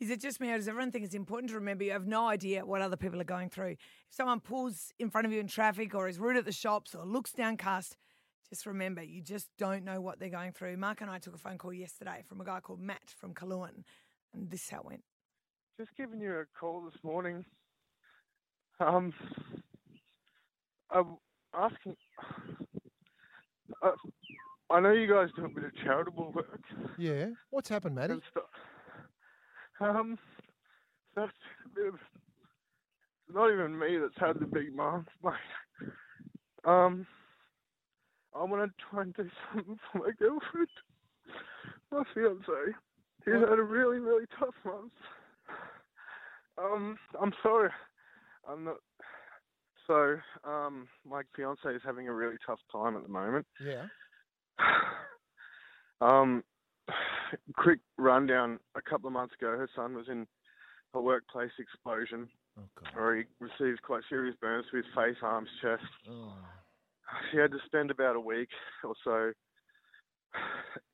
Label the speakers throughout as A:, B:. A: Is it just me or does everyone think it's important to remember you have no idea what other people are going through? If someone pulls in front of you in traffic or is rude at the shops or looks downcast, just remember you just don't know what they're going through. Mark and I took a phone call yesterday from a guy called Matt from Kaluan, and this is how it went.
B: Just giving you a call this morning. Um, I'm asking. Uh, I know you guys do a bit of charitable work
C: Yeah. What's happened, Maddie?
B: and stuff. Um, that's not even me that's had the big marks, mate. Um, I want to try and do something for my girlfriend, my fiance. He's
C: What?
B: had a really, really tough month. Um, I'm sorry, I'm not. So, um, my fiance is having a really tough time at the moment.
C: Yeah.
B: Um, quick rundown. A couple of months ago, her son was in a workplace explosion
C: Oh God.
B: where he received quite serious burns to his face, arms, chest.
C: Oh.
B: She had to spend about a week or so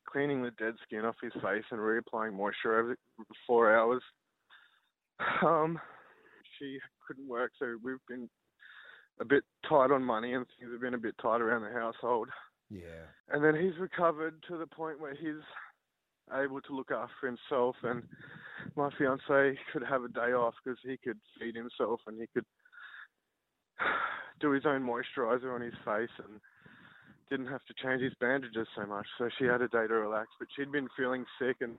B: cleaning the dead skin off his face and reapplying moisture over four hours. Um, she couldn't work, so we've been a bit tight on money and things have been a bit tight around the household
C: Yeah.
B: and then he's recovered to the point where he's able to look after himself and my fiance could have a day off because he could feed himself and he could do his own moisturizer on his face and didn't have to change his bandages so much so she had a day to relax but she'd been feeling sick and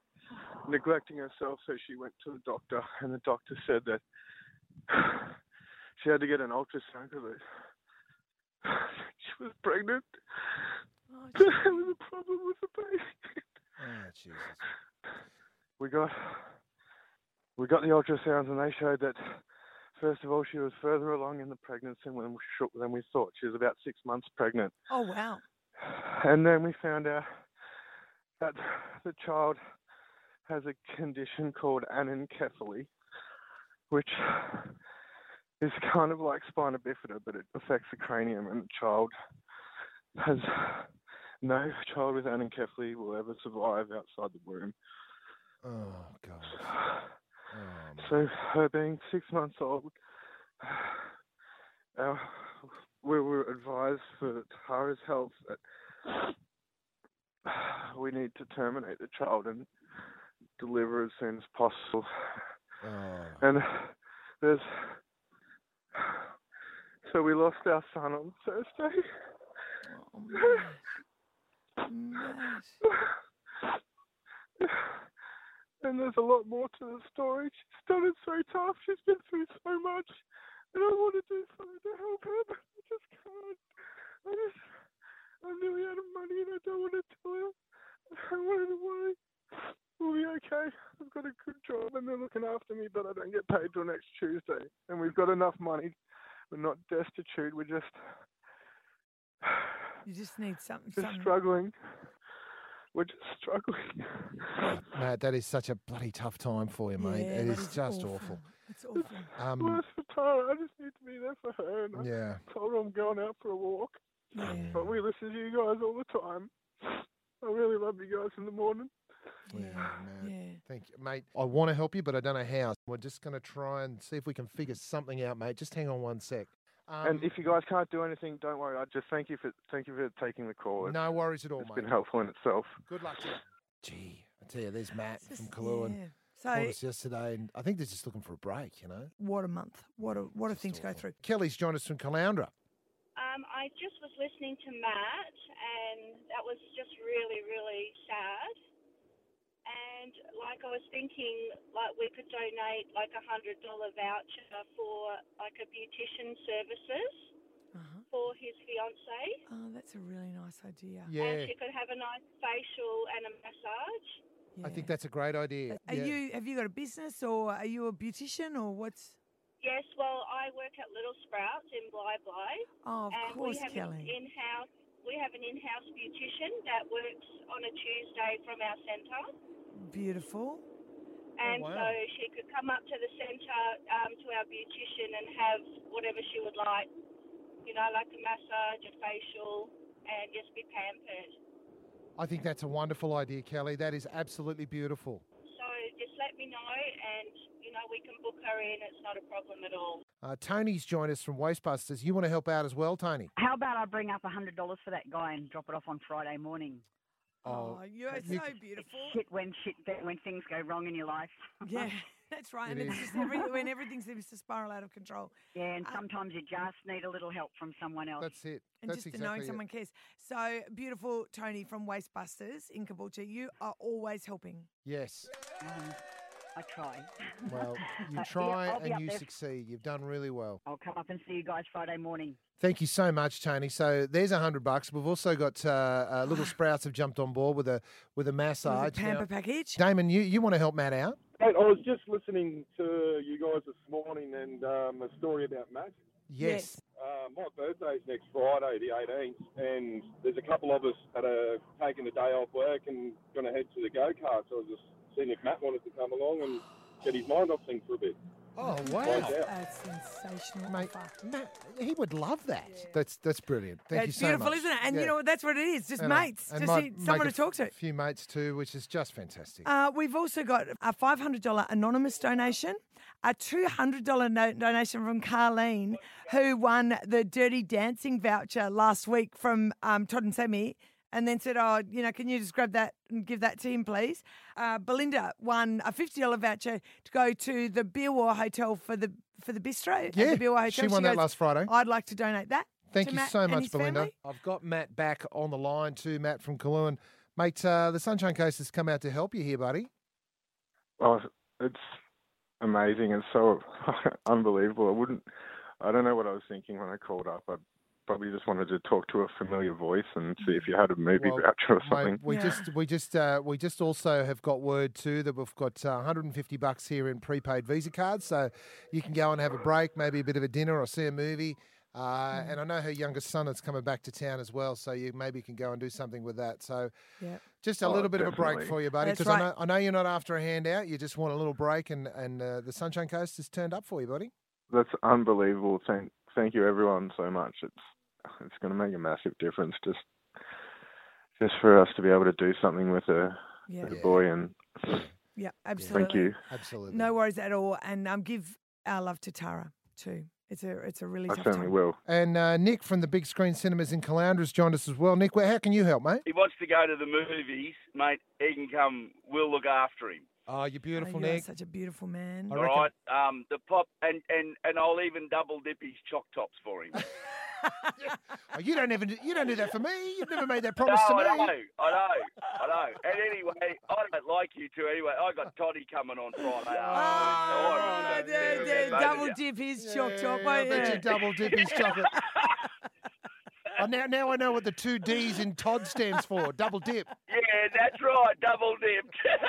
B: neglecting herself so she went to the doctor and the doctor said that she had to get an ultrasound because she was pregnant
A: Oh,
B: there was a problem with the baby.
C: Oh Jesus.
B: We got we got the ultrasounds and they showed that first of all she was further along in the pregnancy than we, shook- than we thought. She was about six months pregnant,
A: oh wow.
B: and then we found out that the child has a condition called anencephaly, which is kind of like spina bifida, but it affects the cranium, and the child has no child with anencephaly will ever survive outside the womb.
C: Oh God. Oh, man.
B: So her being six months old, uh, we were advised for Tara's health that we need to terminate the child and deliver as soon as possible.
C: Oh.
B: And there's so we lost our son on Thursday.
A: Oh, Matt. Matt.
B: And there's a lot more to the story. She's done it so tough. She's been through so much. And I want to do something to help her, but I just can't. I just, I'm nearly out of money and I don't want to tell her. I don't want her to worry. We'll be okay. I've got a good job and they're looking after me, but I don't get paid till next Tuesday. And we've got enough money. We're not destitute. We're just,
A: You just need something.
B: just
A: something.
B: struggling. We're just struggling.
C: Matt, that is such a bloody tough time for you, mate.
A: Yeah,
C: it
A: that
C: is just awful.
A: It's awful.
C: Um.
B: Worse for Tara. I just need to be there for her. And I-
C: Yeah.
B: told her I'm going out for a walk,
A: Yeah.
B: but we listen to you guys all the time. I really love you guys in the morning.
C: Yeah, man.
A: yeah.
C: Thank you, mate. I want to help you, but I don't know how. We're just going to try and see if we can figure something out, mate. Just hang on one sec. Um,
B: and if you guys can't do anything, don't worry. I just thank you for thank you for taking the call. It's
C: no worries at all,
B: it's
C: mate.
B: been helpful in itself.
C: Good luck to you. Gee, I tell you, there's Matt
A: It's
C: from
A: just-
C: Kaluan.
A: yeah.
C: Called
A: So
C: us yesterday, and I think they're just looking for a break. You know,
A: what a month. What a what a
C: Just
A: thing to go
C: awful.
A: through.
C: Kelly's joined us from Caloundra.
D: Um, I just was listening to Matt, and that was just really, really sad. And like I was thinking, like we could donate like a hundred dollar voucher for like a beautician services
A: Uh-huh.
D: for his fiancee,
A: Oh, that's a really nice idea.
C: Yeah,
D: and she could have a nice facial and a massage.
C: I think
A: Yeah.
C: that's a great idea.
A: Are
C: Yeah.
A: you have you got a business or are you a beautician or what's?
D: Yes, well, I work at Little Sprouts in Bly Bly,
A: Oh, of
D: and
A: course,
D: Uh, we have an
A: Kelly.
D: in-house we have an in-house beautician that works on a Tuesday from our centre.
A: Beautiful.
D: And
C: wow.
D: so she could come up to the centre um, to our beautician and have whatever she would like, you know, like a massage, a facial, and just be pampered.
C: I think that's a wonderful idea, Kelly. That is absolutely beautiful.
D: So just let me know, and you know we can book her in. It's not a problem at all.
C: Uh, Tony's joined us from Wastebusters. You want to help out as well, Tony?
E: How about I bring up a hundred dollars for that guy and drop it off on Friday morning?
A: Oh, you're
C: but
A: so
C: you-
E: It's
A: beautiful.
E: shit when shit when things go wrong in your life.
A: Yeah, that's right.
C: It
A: and it's
C: is.
A: just every, when everything seems to spiral out of control.
E: yeah, and
A: Uh,
E: sometimes you just need a little help from someone else.
C: That's it.
A: And
C: That's
A: just to
C: exactly
A: knowing
C: it.
A: someone cares. So beautiful, Tony from Wastebusters in Caboolture. You are always helping.
C: Yes.
E: Um, I try.
C: Well,
E: Uh,
C: you
E: yeah,
C: try
E: I'll be
C: and
E: up
C: you
E: there.
C: succeed. You've done really well.
E: I'll come up and see you guys Friday morning.
C: Thank you so much, Tony. So there's a hundred bucks. We've also got uh, uh, little sprouts have jumped on board with a with a
A: With
C: massage.
A: the
C: Now,
A: pamper package.
C: Damon, you, you want to help Matt out?
B: Mate, I was just listening to you guys this morning and um, a story about magic.
A: Yes.
B: Uh, my birthday's next Friday, the 18th, and there's a couple of us that are taking the day off work and going to head to the go kart. So I was just seeing if Matt wanted to come along and get his mind off things for a bit.
C: Oh
B: Wow.
C: wow,
A: That's sensational.
C: mate,
A: offer.
C: Matt, he would love that. That's that's brilliant. Thank you
A: That's
C: so
A: beautiful,
C: much.
A: isn't it? And
C: Yeah.
A: you know what? That's what it is. Just
C: And, uh,
A: mates.
C: and
A: Just
C: might
A: need
C: make
A: someone
C: a
A: to talk to.
C: f- few mates too, which is just fantastic.
A: Uh, we've also got a $500 anonymous donation, a $200 no- donation from Carleen, who won the Dirty Dancing voucher last week from um, Todd and Sammy, and then said, Oh, you know, can you just grab that and give that to him, please? Uh, Belinda won a $50 voucher to go to the Bilwa Hotel for the for the bistro. at
C: yeah,
A: the Bilwa Hotel.
C: she won that
A: goes,
C: last Friday.
A: I'd like to donate that.
C: Thank
A: to
C: you
A: Matt
C: so
A: and
C: much,
A: his
C: Belinda.
A: family.
C: I've got Matt back on the line too. Matt from Kaloon. Mate, uh, the Sunshine Coast has come out to help you here, buddy.
F: Oh, it's amazing. It's so unbelievable. I wouldn't, I don't know what I was thinking when I called up. I probably just wanted to talk to a familiar voice and see if you had a movie
C: Well,
F: voucher or something.
C: Mate, we
A: Yeah.
C: just we just uh, we just also have got word too that we've got uh, 150 bucks here in prepaid Visa cards, so you can go and have a break, maybe a bit of a dinner or see a movie. Uh,
A: Mm.
C: And I know her youngest son is coming back to town as well, so you maybe can go and do something with that. So,
A: Yep.
C: just a
F: Oh,
C: little bit of a break
F: definitely.
C: for you, buddy,
A: That's
C: because
A: right.
C: I, know, I know you're not after a handout. You just want a little break, and and uh, the Sunshine Coast has turned up for you, buddy.
F: That's unbelievable. Thank, thank you everyone so much. It's, it's going to make a massive difference just, just for us to be able to do something with a,
A: Yeah,
F: with a
C: Yeah.
F: boy. And
A: yeah, absolutely.
F: thank you.
C: Absolutely.
A: No worries at all. And um, give our love to Tara too. It's a it's a really
F: I
A: tough
F: certainly
A: time.
F: will.
C: And uh, Nick from the Big Screen Cinemas in Caloundra's joined us as well. Nick, wh- how can you help, mate?
G: he wants to go to the movies, mate, he can come. We'll look after him.
C: Oh, you're
A: Oh,
C: beautiful,
A: you are
C: Nick.
A: such a beautiful man.
C: I
G: all
C: reckon-
G: right. Um, the pop and, and, and I'll even double dip his choc tops for him.
C: Oh, you don't even do- you don't do that for me. You've never made that
G: no,
C: promise
G: I know,
C: to me.
G: I know, I know. And anyway, I don't like you two anyway. I got Toddy coming on Friday.
A: Oh,
G: afternoon, so I
A: the,
G: was
A: the
G: gonna say,
A: double
G: yeah.
A: dip his choc
C: Yeah,
A: top.
C: I bet you double dip his chocolate. oh, now, now I know what the two D's in Todd stands for. Double dip.
G: Yeah, that's right, double dipped.